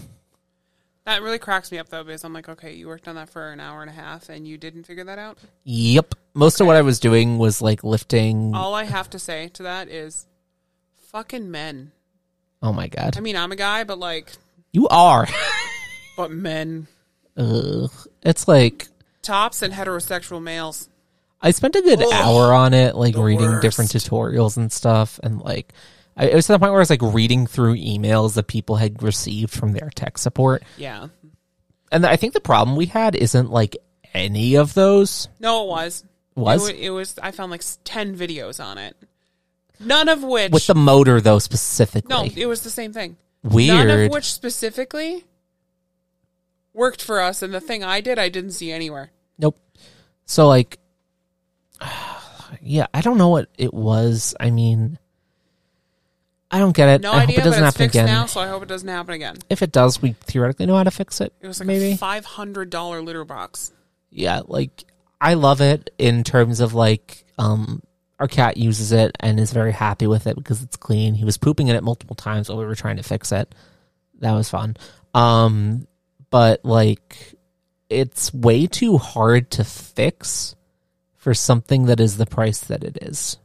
[SPEAKER 1] That really cracks me up though, because I'm like, okay, you worked on that for an hour and a half and you didn't figure that out.
[SPEAKER 2] Yep. Most of what I was doing was like lifting.
[SPEAKER 1] All I have to say to that is fucking men.
[SPEAKER 2] Oh my god.
[SPEAKER 1] I mean, I'm a guy, but like,
[SPEAKER 2] You are.
[SPEAKER 1] but men,
[SPEAKER 2] Ugh. It's like
[SPEAKER 1] tops and heterosexual males.
[SPEAKER 2] I spent a good
[SPEAKER 1] Ugh.
[SPEAKER 2] hour on it, like reading
[SPEAKER 1] worst.
[SPEAKER 2] different tutorials and stuff, and like I, it was to the point where I was like reading through emails that people had received from their tech support.
[SPEAKER 1] Yeah.
[SPEAKER 2] And I think the problem we had isn't like any of those
[SPEAKER 1] No, it was.
[SPEAKER 2] Was?
[SPEAKER 1] It, wa- it was, I found like s- 10 videos on it. None of which.
[SPEAKER 2] with the motor though
[SPEAKER 1] no,
[SPEAKER 2] specifically.
[SPEAKER 1] it was the same thing.
[SPEAKER 2] Weird.
[SPEAKER 1] None of which specifically worked for us. And the thing I did, I didn't see anywhere.
[SPEAKER 2] Nope. So like, yeah, I don't know what it was. I mean, I don't get it.
[SPEAKER 1] No
[SPEAKER 2] I
[SPEAKER 1] idea,
[SPEAKER 2] hope
[SPEAKER 1] but
[SPEAKER 2] it doesn't
[SPEAKER 1] it's
[SPEAKER 2] happen
[SPEAKER 1] fixed
[SPEAKER 2] again.
[SPEAKER 1] now, so I hope it doesn't happen again.
[SPEAKER 2] If it does, we theoretically know how to fix it.
[SPEAKER 1] It was like
[SPEAKER 2] maybe
[SPEAKER 1] a $500 litter box.
[SPEAKER 2] yeah like i love it in terms of like um our cat uses it and is very happy with it because it's clean he was pooping in it multiple times while we were trying to fix it that was fun um but like it's way too hard to fix for something that is the price that it is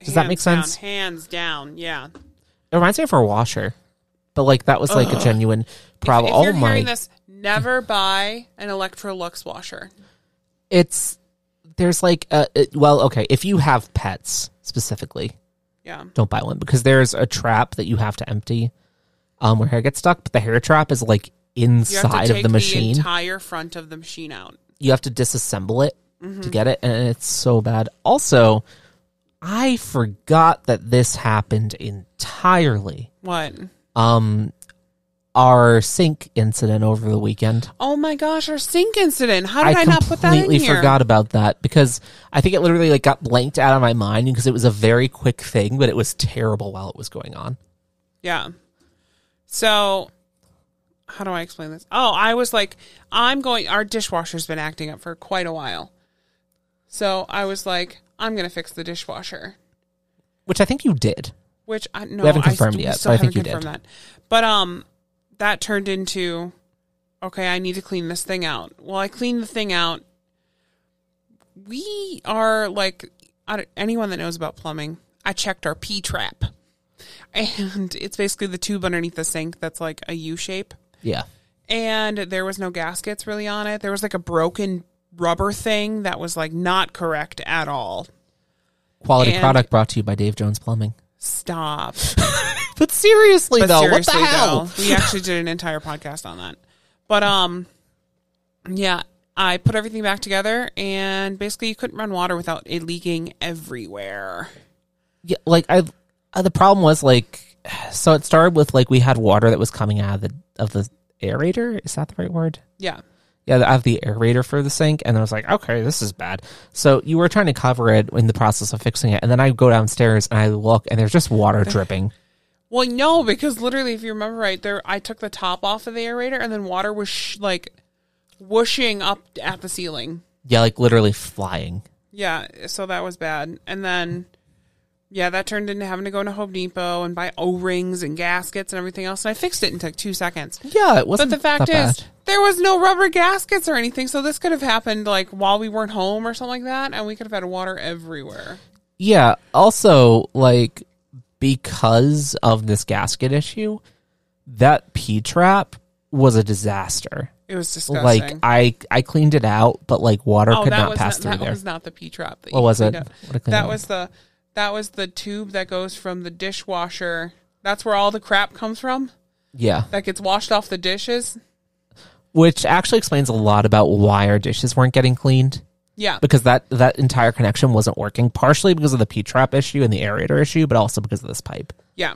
[SPEAKER 2] Does that make
[SPEAKER 1] Hands down,
[SPEAKER 2] sense?
[SPEAKER 1] hands down, yeah.
[SPEAKER 2] it reminds me of our washer but like that was like a genuine problem
[SPEAKER 1] If you're
[SPEAKER 2] oh my
[SPEAKER 1] hearing this, never buy an Electrolux washer.
[SPEAKER 2] it's there's like a it, well okay if you have pets specifically
[SPEAKER 1] Yeah.
[SPEAKER 2] don't buy one because there's a trap that you have to empty um, where hair gets stuck. But the hair trap is like
[SPEAKER 1] You have
[SPEAKER 2] inside
[SPEAKER 1] to take
[SPEAKER 2] of the machine.
[SPEAKER 1] entire front of the machine out.
[SPEAKER 2] you have to disassemble it
[SPEAKER 1] Mm-hmm.
[SPEAKER 2] to get it, and it's so bad. Also, I forgot that this happened entirely.
[SPEAKER 1] What?
[SPEAKER 2] Um, our sink incident over the weekend.
[SPEAKER 1] Oh my gosh, our sink incident. How did I,
[SPEAKER 2] I
[SPEAKER 1] not put that in
[SPEAKER 2] completely
[SPEAKER 1] here?
[SPEAKER 2] forgot about that because I think it literally like got blanked out of my mind because it was a very quick thing, but it was terrible while it was going on.
[SPEAKER 1] Yeah. So, how do I explain this? Oh, I was like, I'm going, our dishwasher's been acting up for quite a while. So I was like, I'm going to fix the dishwasher.
[SPEAKER 2] Which I think you did.
[SPEAKER 1] which I no,
[SPEAKER 2] haven't
[SPEAKER 1] I
[SPEAKER 2] confirmed
[SPEAKER 1] st- we
[SPEAKER 2] yet,
[SPEAKER 1] still
[SPEAKER 2] but I think
[SPEAKER 1] haven't
[SPEAKER 2] you did.
[SPEAKER 1] confirmed That. But um, that turned into okay. I need to clean this thing out. Well, I cleaned the thing out. We are like I don't- anyone that knows about plumbing. I checked our P trap, and it's basically the tube underneath the sink that's like a U shape
[SPEAKER 2] Yeah.
[SPEAKER 1] and there was no gaskets really on it. There was like a broken rubber thing that was like not correct at all.
[SPEAKER 2] Quality
[SPEAKER 1] And-
[SPEAKER 2] product brought to you by Dave Jones Plumbing.
[SPEAKER 1] Stop.
[SPEAKER 2] But seriously,
[SPEAKER 1] But
[SPEAKER 2] though,
[SPEAKER 1] seriously,
[SPEAKER 2] what the hell?
[SPEAKER 1] though, we actually did an entire podcast on that. But um, yeah, I put everything back together, and basically, you couldn't run water without it leaking everywhere.
[SPEAKER 2] Yeah, like I, uh, the problem was like, so it started with like we had water that was coming out of the of the aerator. Is that the right word?
[SPEAKER 1] Yeah,
[SPEAKER 2] Yeah, out of the aerator for the sink, and I was like, okay, this is bad. So you were trying to cover it in the process of fixing it, and then I go downstairs and I look, and there's just water dripping.
[SPEAKER 1] Well, no, because literally, if you remember right, there I took the top off of the aerator, and then water was sh- like whooshing up at the ceiling.
[SPEAKER 2] Yeah, like literally flying.
[SPEAKER 1] Yeah, so that was bad. And then, yeah, that turned into having to go to Home Depot and buy O rings and gaskets and everything else. And I fixed it in like two seconds.
[SPEAKER 2] Yeah, it
[SPEAKER 1] But
[SPEAKER 2] wasn't.
[SPEAKER 1] the fact
[SPEAKER 2] that
[SPEAKER 1] is,
[SPEAKER 2] bad.
[SPEAKER 1] there was no rubber gaskets or anything, so this could have happened like while we weren't home or something like that, and we could have had water everywhere.
[SPEAKER 2] Yeah. Also, like because of this gasket issue, that P trap was a disaster.
[SPEAKER 1] It was disgusting.
[SPEAKER 2] Like I, I cleaned it out, but like water
[SPEAKER 1] oh,
[SPEAKER 2] could
[SPEAKER 1] that
[SPEAKER 2] not
[SPEAKER 1] was
[SPEAKER 2] pass
[SPEAKER 1] not,
[SPEAKER 2] through
[SPEAKER 1] that
[SPEAKER 2] there.
[SPEAKER 1] was not the P trap.
[SPEAKER 2] What was it? What a clean
[SPEAKER 1] That
[SPEAKER 2] up.
[SPEAKER 1] was the that was the tube that goes from the dishwasher. That's where all the crap comes from
[SPEAKER 2] yeah,
[SPEAKER 1] that gets washed off the dishes.
[SPEAKER 2] which actually explains a lot about why our dishes weren't getting cleaned
[SPEAKER 1] Yeah,
[SPEAKER 2] because that that entire connection wasn't working. Partially because of the P trap issue and the aerator issue, but also because of this pipe.
[SPEAKER 1] yeah.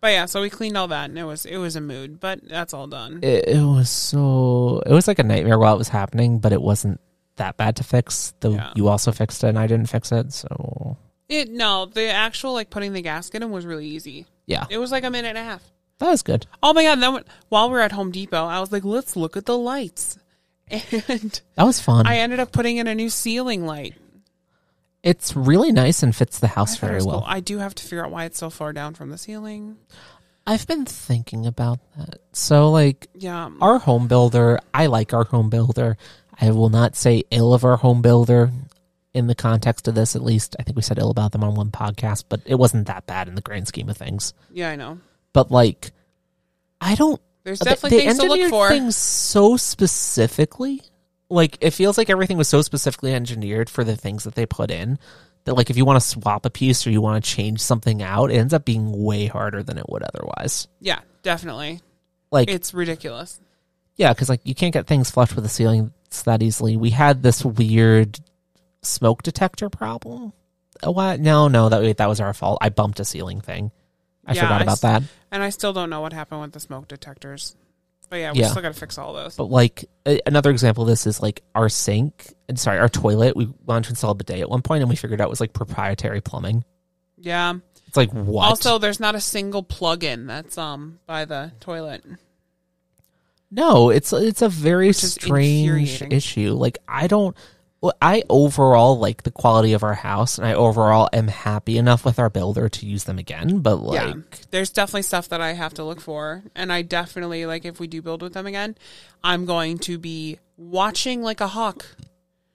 [SPEAKER 1] But yeah, so we cleaned all that, and it was it was a mood. But that's all done.
[SPEAKER 2] It, it was so it was like a nightmare while it was happening, but it wasn't that bad to fix. Though
[SPEAKER 1] Yeah.
[SPEAKER 2] you also fixed it and I didn't fix it, so
[SPEAKER 1] It no, the actual like putting the gasket in was really easy.
[SPEAKER 2] yeah,
[SPEAKER 1] It was like a minute and a half.
[SPEAKER 2] that was good.
[SPEAKER 1] Oh my god! Then when- while we were at Home Depot, I was like, "Let's look at the lights," and
[SPEAKER 2] That was fun.
[SPEAKER 1] I ended up putting in a new ceiling light.
[SPEAKER 2] it's really nice and fits the house
[SPEAKER 1] I thought it
[SPEAKER 2] very
[SPEAKER 1] was
[SPEAKER 2] well.
[SPEAKER 1] cool. I do have to figure out why it's so far down from the ceiling.
[SPEAKER 2] I've been thinking about that. So like
[SPEAKER 1] Yeah,
[SPEAKER 2] our home builder, I like our home builder. I will not say ill of our home builder in the context of this at least. I think we said ill about them on one podcast, but it wasn't that bad in the grand scheme of things.
[SPEAKER 1] yeah, I know.
[SPEAKER 2] But like I don't
[SPEAKER 1] There's
[SPEAKER 2] They-
[SPEAKER 1] definitely
[SPEAKER 2] they
[SPEAKER 1] things to look
[SPEAKER 2] engineered
[SPEAKER 1] for.
[SPEAKER 2] Things so specifically, like it feels like everything was so specifically engineered for the things that they put in that, like, if you want to swap a piece or you want to change something out, it ends up being way harder than it would otherwise.
[SPEAKER 1] Yeah, definitely.
[SPEAKER 2] Like,
[SPEAKER 1] It's ridiculous.
[SPEAKER 2] yeah, because like you can't get things flush with the ceiling that easily. We had this weird smoke detector problem. Oh, what? No, no, that wait, that was our fault. I bumped a ceiling thing. I
[SPEAKER 1] Yeah,
[SPEAKER 2] forgot
[SPEAKER 1] I
[SPEAKER 2] about
[SPEAKER 1] s-
[SPEAKER 2] that.
[SPEAKER 1] And I still don't know what happened with the smoke detectors. But yeah, we
[SPEAKER 2] Yeah.
[SPEAKER 1] still got to fix all those.
[SPEAKER 2] But like a- another example of this is like our sink, and sorry, our toilet. We wanted to install a bidet at one point, and we figured out it was like proprietary plumbing.
[SPEAKER 1] Yeah.
[SPEAKER 2] It's like what?
[SPEAKER 1] Also, there's not a single plug-in that's um by the toilet.
[SPEAKER 2] no, it's it's a very
[SPEAKER 1] is
[SPEAKER 2] strange
[SPEAKER 1] infuriating.
[SPEAKER 2] issue. Like I don't. well, I overall like the quality of our house, and I overall am happy enough with our builder to use them again. But like,
[SPEAKER 1] yeah. There's definitely stuff that I have to look for, and I definitely like if we do build with them again, I'm going to be watching like a hawk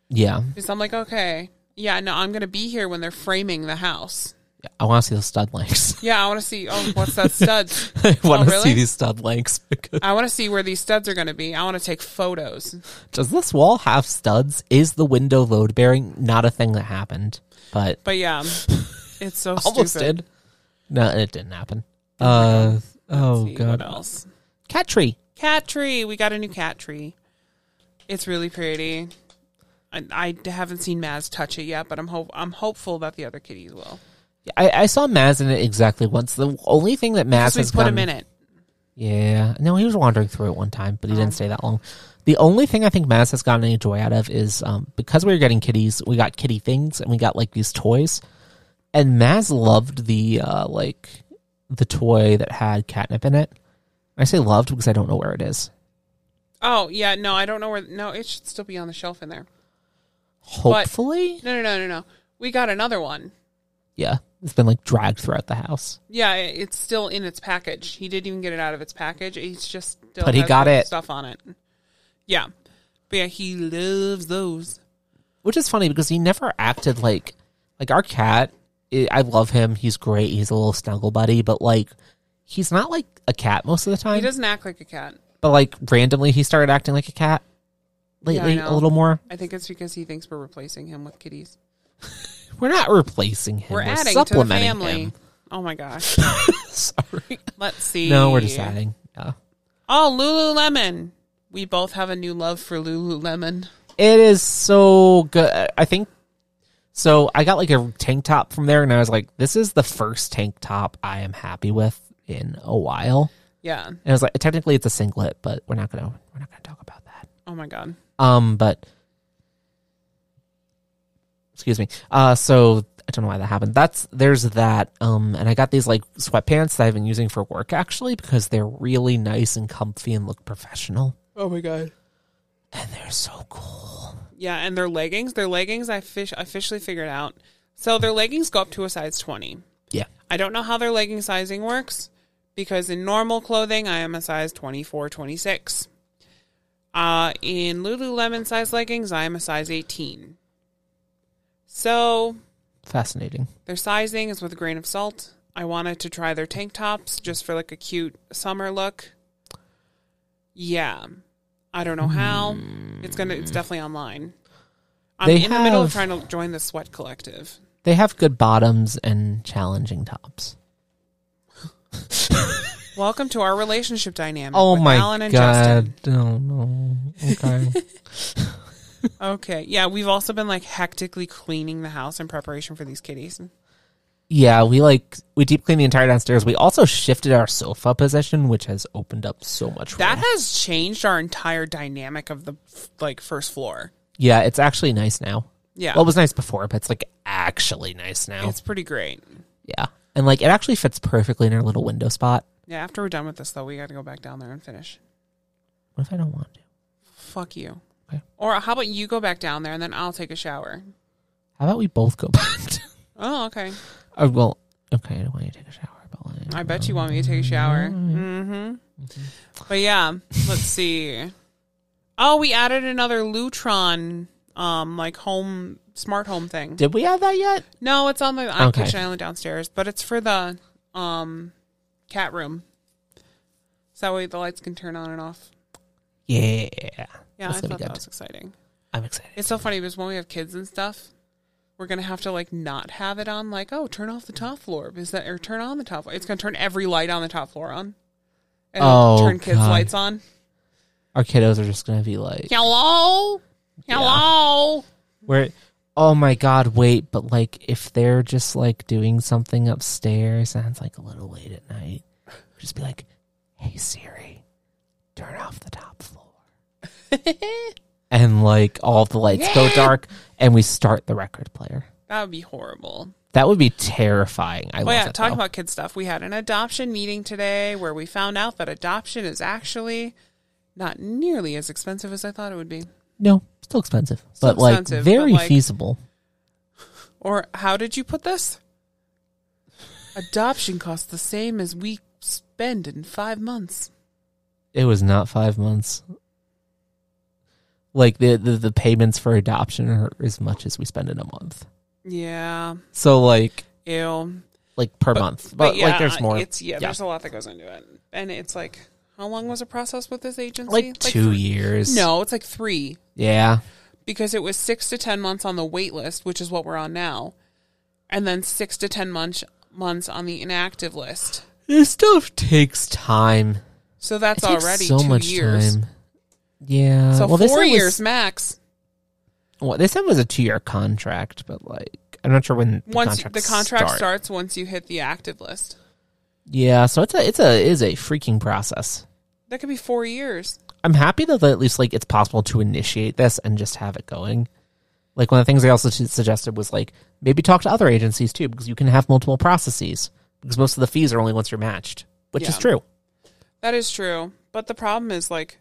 [SPEAKER 2] yeah,
[SPEAKER 1] because I'm like, okay, yeah, no, I'm gonna be here when they're framing the house.
[SPEAKER 2] I want to see those stud links.
[SPEAKER 1] Yeah, I want to see. Oh, what's that stud?
[SPEAKER 2] I want to
[SPEAKER 1] Oh, really?
[SPEAKER 2] see these stud links because
[SPEAKER 1] I want to see where these studs are going to be. I want to take photos.
[SPEAKER 2] does this wall have studs? Is the window load bearing? Not a thing that happened, but
[SPEAKER 1] But yeah, it's so
[SPEAKER 2] almost
[SPEAKER 1] stupid.
[SPEAKER 2] did. No, it didn't happen. Uh, oh
[SPEAKER 1] See, What
[SPEAKER 2] god,
[SPEAKER 1] else?
[SPEAKER 2] cat tree.
[SPEAKER 1] Cat tree. We got a new cat tree. It's really pretty. I, I haven't seen Maz touch it yet, but I'm hope I'm hopeful that the other kitties will.
[SPEAKER 2] I, I saw Maz in it exactly once. The only thing that Maz
[SPEAKER 1] So we
[SPEAKER 2] has
[SPEAKER 1] put
[SPEAKER 2] done,
[SPEAKER 1] him in it.
[SPEAKER 2] yeah, no, he was wandering through it one time, but he
[SPEAKER 1] Uh-huh.
[SPEAKER 2] didn't stay that long. The only thing I think Maz has gotten any joy out of is um, because we were getting kitties, we got kitty things, and we got like these toys, and Maz loved the uh, like the toy that had catnip in it. I say loved because I don't know where it is.
[SPEAKER 1] Oh yeah, no, I don't know where. No, it should still be on the shelf in there.
[SPEAKER 2] Hopefully,
[SPEAKER 1] No, no, no, no, no. We got another one.
[SPEAKER 2] yeah, it's been like dragged throughout the house.
[SPEAKER 1] Yeah, i- it's still in its package. He didn't even get it out of its package. It's just still
[SPEAKER 2] But he
[SPEAKER 1] has
[SPEAKER 2] got
[SPEAKER 1] the
[SPEAKER 2] it.
[SPEAKER 1] stuff on it. Yeah, but yeah, he loves those.
[SPEAKER 2] which is funny because he never acted like like our cat. i I love him. He's great. He's a little snuggle buddy, but like he's not like a cat most of the
[SPEAKER 1] He
[SPEAKER 2] time.
[SPEAKER 1] doesn't act like a cat.
[SPEAKER 2] But like randomly, he started acting like a cat. lately
[SPEAKER 1] Yeah, I
[SPEAKER 2] a
[SPEAKER 1] know.
[SPEAKER 2] little more.
[SPEAKER 1] I think it's because he thinks we're replacing him with kitties.
[SPEAKER 2] We're not replacing him.
[SPEAKER 1] We're, adding to the
[SPEAKER 2] supplementing
[SPEAKER 1] family.
[SPEAKER 2] him.
[SPEAKER 1] Oh my gosh.
[SPEAKER 2] Sorry.
[SPEAKER 1] Let's see.
[SPEAKER 2] No, we're just adding. Yeah.
[SPEAKER 1] Oh, Lululemon. We both have a new love for Lululemon.
[SPEAKER 2] It is so good. I think so. I got like a tank top from there, and I was like, "This is the first tank top I am happy with in a while."
[SPEAKER 1] Yeah.
[SPEAKER 2] And I was like, "Technically, it's a singlet, but we're not gonna we're not gonna talk about that."
[SPEAKER 1] Oh my god.
[SPEAKER 2] Um, but excuse me. Uh, so I don't know why that happened. That's there's that. Um, and I got these like sweatpants that I've been using for work actually because they're really nice and comfy and look professional,
[SPEAKER 1] Oh my god.
[SPEAKER 2] and they're so cool.
[SPEAKER 1] Yeah, and their leggings. Their leggings. I fish officially figured out. So their leggings go up to a size twenty.
[SPEAKER 2] Yeah.
[SPEAKER 1] I don't know how their legging sizing works because in normal clothing, I am a size 24, 26. Uh, in Lululemon size leggings, I am a size 18. So
[SPEAKER 2] Fascinating.
[SPEAKER 1] their sizing is with a grain of salt. I wanted to try their tank tops just for like a cute summer look. Yeah. I don't know how. It's gonna it's definitely online. I'm
[SPEAKER 2] Hmm. They
[SPEAKER 1] in the middle of
[SPEAKER 2] have-
[SPEAKER 1] trying to join the sweat collective.
[SPEAKER 2] They have good bottoms and challenging tops.
[SPEAKER 1] Welcome to our relationship dynamic.
[SPEAKER 2] Oh
[SPEAKER 1] with
[SPEAKER 2] my
[SPEAKER 1] Alan and Justin.
[SPEAKER 2] god! Oh no. Okay.
[SPEAKER 1] Okay. Yeah, we've also been like hectically cleaning the house in preparation for these kitties.
[SPEAKER 2] yeah, we like we deep cleaned the entire downstairs. We also shifted our sofa position, which has opened up so much room.
[SPEAKER 1] That has changed our entire dynamic of the f- like first floor.
[SPEAKER 2] yeah, it's actually nice now.
[SPEAKER 1] Yeah.
[SPEAKER 2] Well, it was nice before, but it's like actually nice now.
[SPEAKER 1] it's pretty great.
[SPEAKER 2] yeah, and like it actually fits perfectly in our little window spot.
[SPEAKER 1] Yeah, after we're done with this though, we got to go back down there and finish.
[SPEAKER 2] What if I don't want to?
[SPEAKER 1] Fuck you.
[SPEAKER 2] Okay.
[SPEAKER 1] Or how about you go back down there and then I'll take a shower.
[SPEAKER 2] How about we both go back? To-
[SPEAKER 1] Oh, okay.
[SPEAKER 2] oh well, okay. I don't want you to take a shower, but like,
[SPEAKER 1] I bet you want me to take a shower. Mm-hmm. But yeah, let's see. Oh, we added another Lutron, um, like home smart home thing.
[SPEAKER 2] did we have that yet?
[SPEAKER 1] No, it's on the on
[SPEAKER 2] Okay.
[SPEAKER 1] kitchen island downstairs, but it's for the um cat room. So that way the lights can turn on and off.
[SPEAKER 2] Yeah,
[SPEAKER 1] Yeah,
[SPEAKER 2] That's
[SPEAKER 1] I
[SPEAKER 2] gonna
[SPEAKER 1] thought
[SPEAKER 2] be
[SPEAKER 1] that
[SPEAKER 2] good.
[SPEAKER 1] was exciting.
[SPEAKER 2] I'm excited.
[SPEAKER 1] It's so funny because when we have kids and stuff, we're gonna have to like not have it on. Like, oh, turn off the top floor because that or turn on the top floor. It's gonna turn every light on the top floor on. And it'll
[SPEAKER 2] Oh,
[SPEAKER 1] turn kids'
[SPEAKER 2] God.
[SPEAKER 1] lights on.
[SPEAKER 2] Our kiddos are just gonna be like,
[SPEAKER 1] Hello, hello.
[SPEAKER 2] Where, oh my god, wait, but like if they're just like doing something upstairs and it's like a little late at night, just be like, hey Siri, turn off the top floor. and like all the lights go dark and we start the record player.
[SPEAKER 1] That would be horrible.
[SPEAKER 2] That would be terrifying. I
[SPEAKER 1] Oh
[SPEAKER 2] love
[SPEAKER 1] yeah,
[SPEAKER 2] that.
[SPEAKER 1] talking
[SPEAKER 2] though.
[SPEAKER 1] about kid stuff. We had an adoption meeting today where we found out that adoption is actually not nearly as expensive as I thought it would be.
[SPEAKER 2] no, still expensive,
[SPEAKER 1] Still
[SPEAKER 2] but like
[SPEAKER 1] expensive, but,
[SPEAKER 2] very
[SPEAKER 1] like-
[SPEAKER 2] feasible.
[SPEAKER 1] Or how did you put this? Adoption costs the same as we spend in five months.
[SPEAKER 2] It was not five months. Like the, the the payments for adoption are as much as we spend in a month.
[SPEAKER 1] Yeah.
[SPEAKER 2] So like
[SPEAKER 1] Ew.
[SPEAKER 2] like per month, but,
[SPEAKER 1] yeah,
[SPEAKER 2] like there's more.
[SPEAKER 1] It's yeah, There's a lot that goes into it, and it's like how long was the process with this agency?
[SPEAKER 2] like, two
[SPEAKER 1] three-
[SPEAKER 2] years.
[SPEAKER 1] No, it's like three.
[SPEAKER 2] Yeah.
[SPEAKER 1] because it was six to ten months on the wait list, which is what we're on now, and then six to ten months months on the inactive list.
[SPEAKER 2] This stuff takes time.
[SPEAKER 1] So that's
[SPEAKER 2] It takes
[SPEAKER 1] already
[SPEAKER 2] so
[SPEAKER 1] two
[SPEAKER 2] much
[SPEAKER 1] years.
[SPEAKER 2] time. Yeah.
[SPEAKER 1] So
[SPEAKER 2] well, they
[SPEAKER 1] four
[SPEAKER 2] said it
[SPEAKER 1] years
[SPEAKER 2] Was,
[SPEAKER 1] max.
[SPEAKER 2] well, they said it was a two-year contract, but like I'm not sure when the
[SPEAKER 1] Once
[SPEAKER 2] contract
[SPEAKER 1] the contract
[SPEAKER 2] start.
[SPEAKER 1] starts, once you hit the active list,
[SPEAKER 2] Yeah. So it's a it's a it is a freaking process.
[SPEAKER 1] that could be four years.
[SPEAKER 2] I'm happy though that at least like it's possible to initiate this and just have it going. Like one of the things I also su- suggested was like maybe talk to other agencies too because you can have multiple processes because most of the fees are only once you're matched, which is
[SPEAKER 1] Yeah.
[SPEAKER 2] true.
[SPEAKER 1] That is true, but the problem is like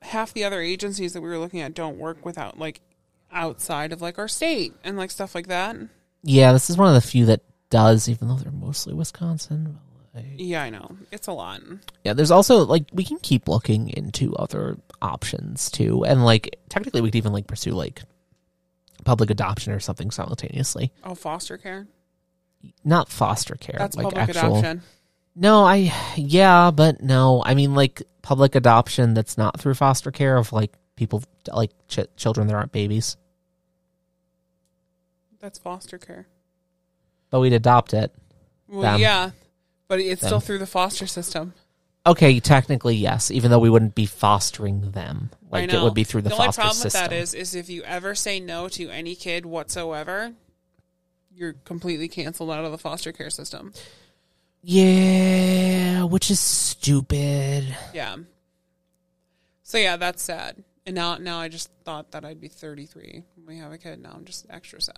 [SPEAKER 1] half the other agencies that we were looking at don't work without like outside of like our state and like stuff like that.
[SPEAKER 2] Yeah, this is one of the few that does, even though they're mostly Wisconsin.
[SPEAKER 1] Yeah, I know it's a lot.
[SPEAKER 2] Yeah, there's also like we can keep looking into other options too, and like technically we could even like pursue like public adoption or something simultaneously,
[SPEAKER 1] Oh, foster care.
[SPEAKER 2] not foster care.
[SPEAKER 1] That's
[SPEAKER 2] like
[SPEAKER 1] public
[SPEAKER 2] actual.
[SPEAKER 1] adoption.
[SPEAKER 2] No, I yeah, but no, I mean like public adoption that's not through foster care of like people like ch- children that aren't babies,
[SPEAKER 1] That's foster care.
[SPEAKER 2] but we'd adopt it.
[SPEAKER 1] Well,
[SPEAKER 2] Them.
[SPEAKER 1] yeah, but it's still
[SPEAKER 2] Them.
[SPEAKER 1] through the foster system.
[SPEAKER 2] Okay, technically yes, even though we wouldn't be fostering them.
[SPEAKER 1] I
[SPEAKER 2] Like
[SPEAKER 1] know.
[SPEAKER 2] it would be through the,
[SPEAKER 1] the only
[SPEAKER 2] foster
[SPEAKER 1] problem
[SPEAKER 2] system.
[SPEAKER 1] with that is, is if you ever say no to any kid whatsoever, you're completely canceled out of the foster care system.
[SPEAKER 2] yeah, which is stupid.
[SPEAKER 1] Yeah. So yeah, that's sad. And now, now I just thought that I'd be 33 when we have a kid. Now I'm just extra sad.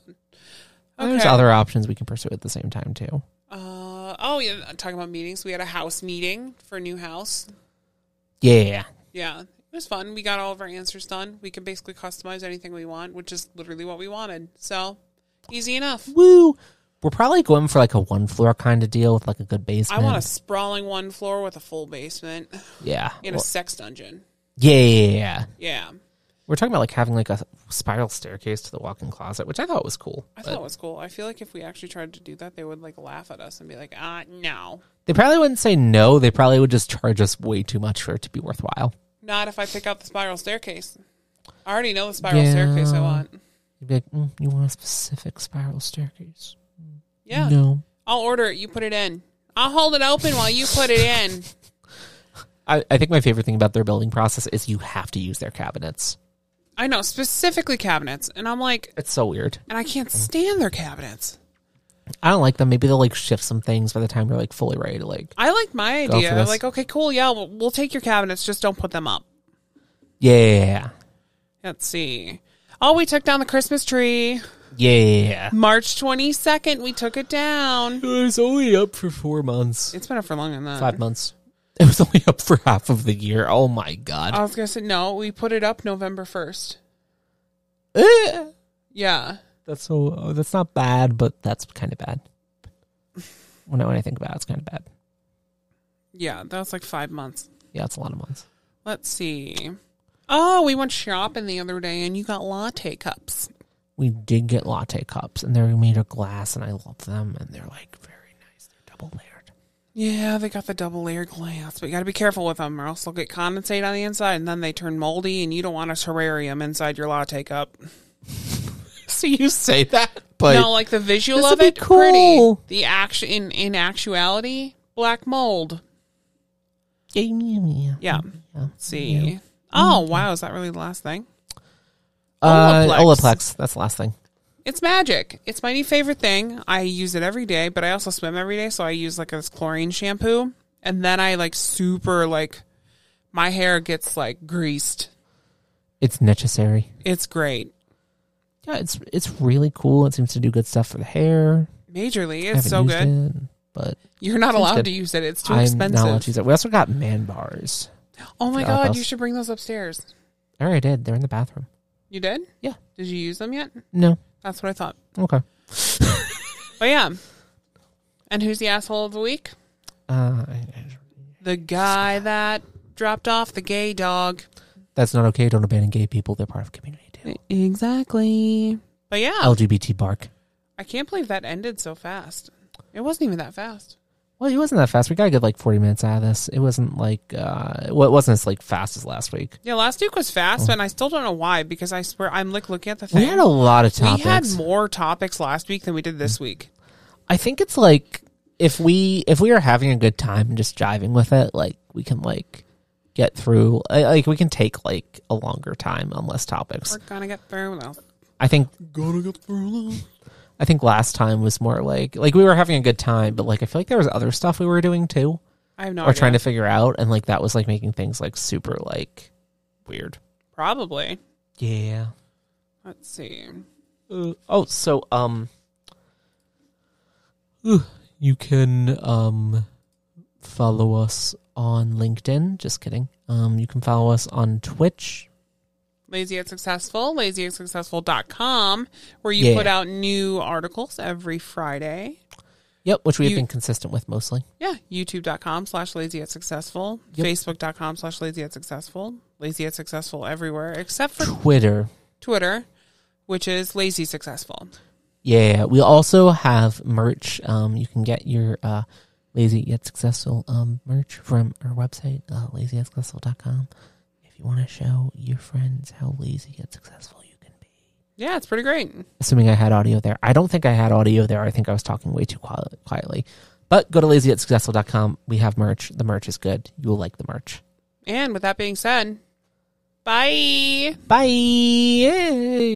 [SPEAKER 2] There's other options we can pursue at the same time too.
[SPEAKER 1] Uh, oh yeah, talking about meetings. We had a house meeting for a new house.
[SPEAKER 2] Yeah.
[SPEAKER 1] Yeah, it was fun. We got all of our answers done. We can basically customize anything we want, which is literally what we wanted. So easy enough.
[SPEAKER 2] Woo. We're probably going for like a one floor kind of deal with like a good
[SPEAKER 1] I
[SPEAKER 2] basement.
[SPEAKER 1] want a sprawling one floor with a full basement
[SPEAKER 2] yeah.
[SPEAKER 1] in a
[SPEAKER 2] Well,
[SPEAKER 1] sex dungeon.
[SPEAKER 2] yeah, yeah, yeah, yeah.
[SPEAKER 1] Yeah,
[SPEAKER 2] We're talking about like having like a spiral staircase to the walk-in closet, which I thought was cool.
[SPEAKER 1] I thought it was cool. I feel like if we actually tried to do that, they would like laugh at us and be like, "Ah, no,
[SPEAKER 2] They probably wouldn't say no. They probably would just charge us way too much for it to be worthwhile.
[SPEAKER 1] not if I pick out the spiral staircase." I already know the spiral
[SPEAKER 2] Yeah.
[SPEAKER 1] staircase I want.
[SPEAKER 2] You'd be like, mm, you want a specific spiral staircase?
[SPEAKER 1] Yeah,
[SPEAKER 2] No.
[SPEAKER 1] I'll order it. You put it in. I'll hold it open while you put it in.
[SPEAKER 2] I, I think my favorite thing about their building process is you have to use their cabinets.
[SPEAKER 1] I know specifically cabinets, and I'm like,
[SPEAKER 2] It's so weird.
[SPEAKER 1] and I can't stand their cabinets.
[SPEAKER 2] I don't like them. Maybe they'll like shift some things by the time they're like fully ready to like.
[SPEAKER 1] I like my
[SPEAKER 2] Go
[SPEAKER 1] idea.
[SPEAKER 2] for this.
[SPEAKER 1] Like, okay, cool, yeah, we'll, we'll take your cabinets, just don't put them up.
[SPEAKER 2] Yeah.
[SPEAKER 1] Let's see. Oh, we took down the Christmas tree.
[SPEAKER 2] Yeah.
[SPEAKER 1] March 22nd, we took it down.
[SPEAKER 2] It was only up for four months.
[SPEAKER 1] It's been up for longer than that.
[SPEAKER 2] Five months. It was only up for half of the year. Oh my god.
[SPEAKER 1] I was going to say, no, we put it up November 1st.
[SPEAKER 2] Eh.
[SPEAKER 1] Yeah.
[SPEAKER 2] That's so. oh, that's not bad, but that's kind of bad. Well, now when I think about it, it's kind of bad.
[SPEAKER 1] Yeah, that was like five months.
[SPEAKER 2] Yeah, it's a lot of months.
[SPEAKER 1] Let's see. Oh, we went shopping the other day and you got latte cups.
[SPEAKER 2] We did get latte cups, and they're made of glass, and I love them, and they're like very nice. They're double layered.
[SPEAKER 1] Yeah, they got the double layer glass, but you got to be careful with them, or else they'll get condensate on the inside, and then they turn moldy, and you don't want a terrarium inside your latte cup.
[SPEAKER 2] So you say that, but
[SPEAKER 1] no, like the visual
[SPEAKER 2] This'll
[SPEAKER 1] of
[SPEAKER 2] be
[SPEAKER 1] it,
[SPEAKER 2] cool.
[SPEAKER 1] pretty. The action in in actuality, black mold.
[SPEAKER 2] yeah, yeah, yeah.
[SPEAKER 1] Yeah.
[SPEAKER 2] Yeah.
[SPEAKER 1] Let's see. Oh wow, is that really the last thing?
[SPEAKER 2] Uh,
[SPEAKER 1] Olaplex.
[SPEAKER 2] Olaplex. That's the last thing.
[SPEAKER 1] It's magic. It's my new favorite thing. I use it every day, but I also swim every day, so I use like this chlorine shampoo, and then I like super like my hair gets like greased.
[SPEAKER 2] It's necessary.
[SPEAKER 1] It's great.
[SPEAKER 2] Yeah, it's it's really cool. It seems to do good stuff for the hair.
[SPEAKER 1] Majorly,
[SPEAKER 2] I
[SPEAKER 1] it's so
[SPEAKER 2] haven't
[SPEAKER 1] good.
[SPEAKER 2] used it, but
[SPEAKER 1] You're not allowed
[SPEAKER 2] good.
[SPEAKER 1] to use it. It's too
[SPEAKER 2] I'm not allowed to
[SPEAKER 1] expensive.
[SPEAKER 2] use it. We also got man bars.
[SPEAKER 1] Oh my
[SPEAKER 2] for
[SPEAKER 1] god,
[SPEAKER 2] alcohol.
[SPEAKER 1] you should bring those upstairs.
[SPEAKER 2] I already did. They're in the bathroom.
[SPEAKER 1] You did?
[SPEAKER 2] Yeah.
[SPEAKER 1] Did you use them yet?
[SPEAKER 2] No.
[SPEAKER 1] That's what I thought.
[SPEAKER 2] Okay.
[SPEAKER 1] But yeah. And who's the asshole of the week?
[SPEAKER 2] Uh, I, I-
[SPEAKER 1] The guy that dropped off the gay dog.
[SPEAKER 2] that's not okay. Don't abandon gay people. They're part of community too.
[SPEAKER 1] Exactly. But yeah,
[SPEAKER 2] LGBT bark.
[SPEAKER 1] I can't believe that ended so fast. It wasn't even that fast.
[SPEAKER 2] Well, it wasn't that fast. We got a good like forty minutes out of this. It wasn't like uh, well, it wasn't as like fast as last week.
[SPEAKER 1] Yeah, last week was fast, and I still don't know why because I swear I'm like looking at the thing.
[SPEAKER 2] Oh. We had a lot of
[SPEAKER 1] We
[SPEAKER 2] topics. Mm.
[SPEAKER 1] had more topics last week than we did this week.
[SPEAKER 2] I think it's like if we if we are having a good time and just jiving with it, like we can like get through. I- Like we can take like a longer time on less topics.
[SPEAKER 1] We're gonna get through now.
[SPEAKER 2] I think I think last time was more like like we were having a good time, but like I feel like there was other stuff we were doing too,
[SPEAKER 1] I have no
[SPEAKER 2] or
[SPEAKER 1] idea.
[SPEAKER 2] trying to figure out, and like that was like making things like super like weird.
[SPEAKER 1] Probably.
[SPEAKER 2] Yeah.
[SPEAKER 1] Let's see.
[SPEAKER 2] Uh, oh, so um, ooh, you can um follow us on LinkedIn. Just kidding. Um, you can follow us on Twitch.
[SPEAKER 1] Lazy at Successful, lazyatsuccessful.com, where you
[SPEAKER 2] Yeah.
[SPEAKER 1] put out new articles every Friday.
[SPEAKER 2] Yep, which we have
[SPEAKER 1] You-
[SPEAKER 2] been consistent with mostly.
[SPEAKER 1] Yeah, youtube.com slash lazy at successful, facebook.com slash lazy at successful, lazy at successful everywhere except for
[SPEAKER 2] Twitter.
[SPEAKER 1] Twitter, which is lazy successful.
[SPEAKER 2] Yeah, we also have merch. Um, you can get your uh, lazy yet successful um merch from our website, uh, lazysuccessful.com. If you want to show your friends how lazy and successful you can be.
[SPEAKER 1] Yeah, it's pretty great.
[SPEAKER 2] Assuming I had audio there. I don't think I had audio there. I think I was talking way too quiet, quietly. But go to lazyatsuccessful.com. We have merch. The merch is good. You will like the merch.
[SPEAKER 1] And with that being said, bye.
[SPEAKER 2] Bye. Yay.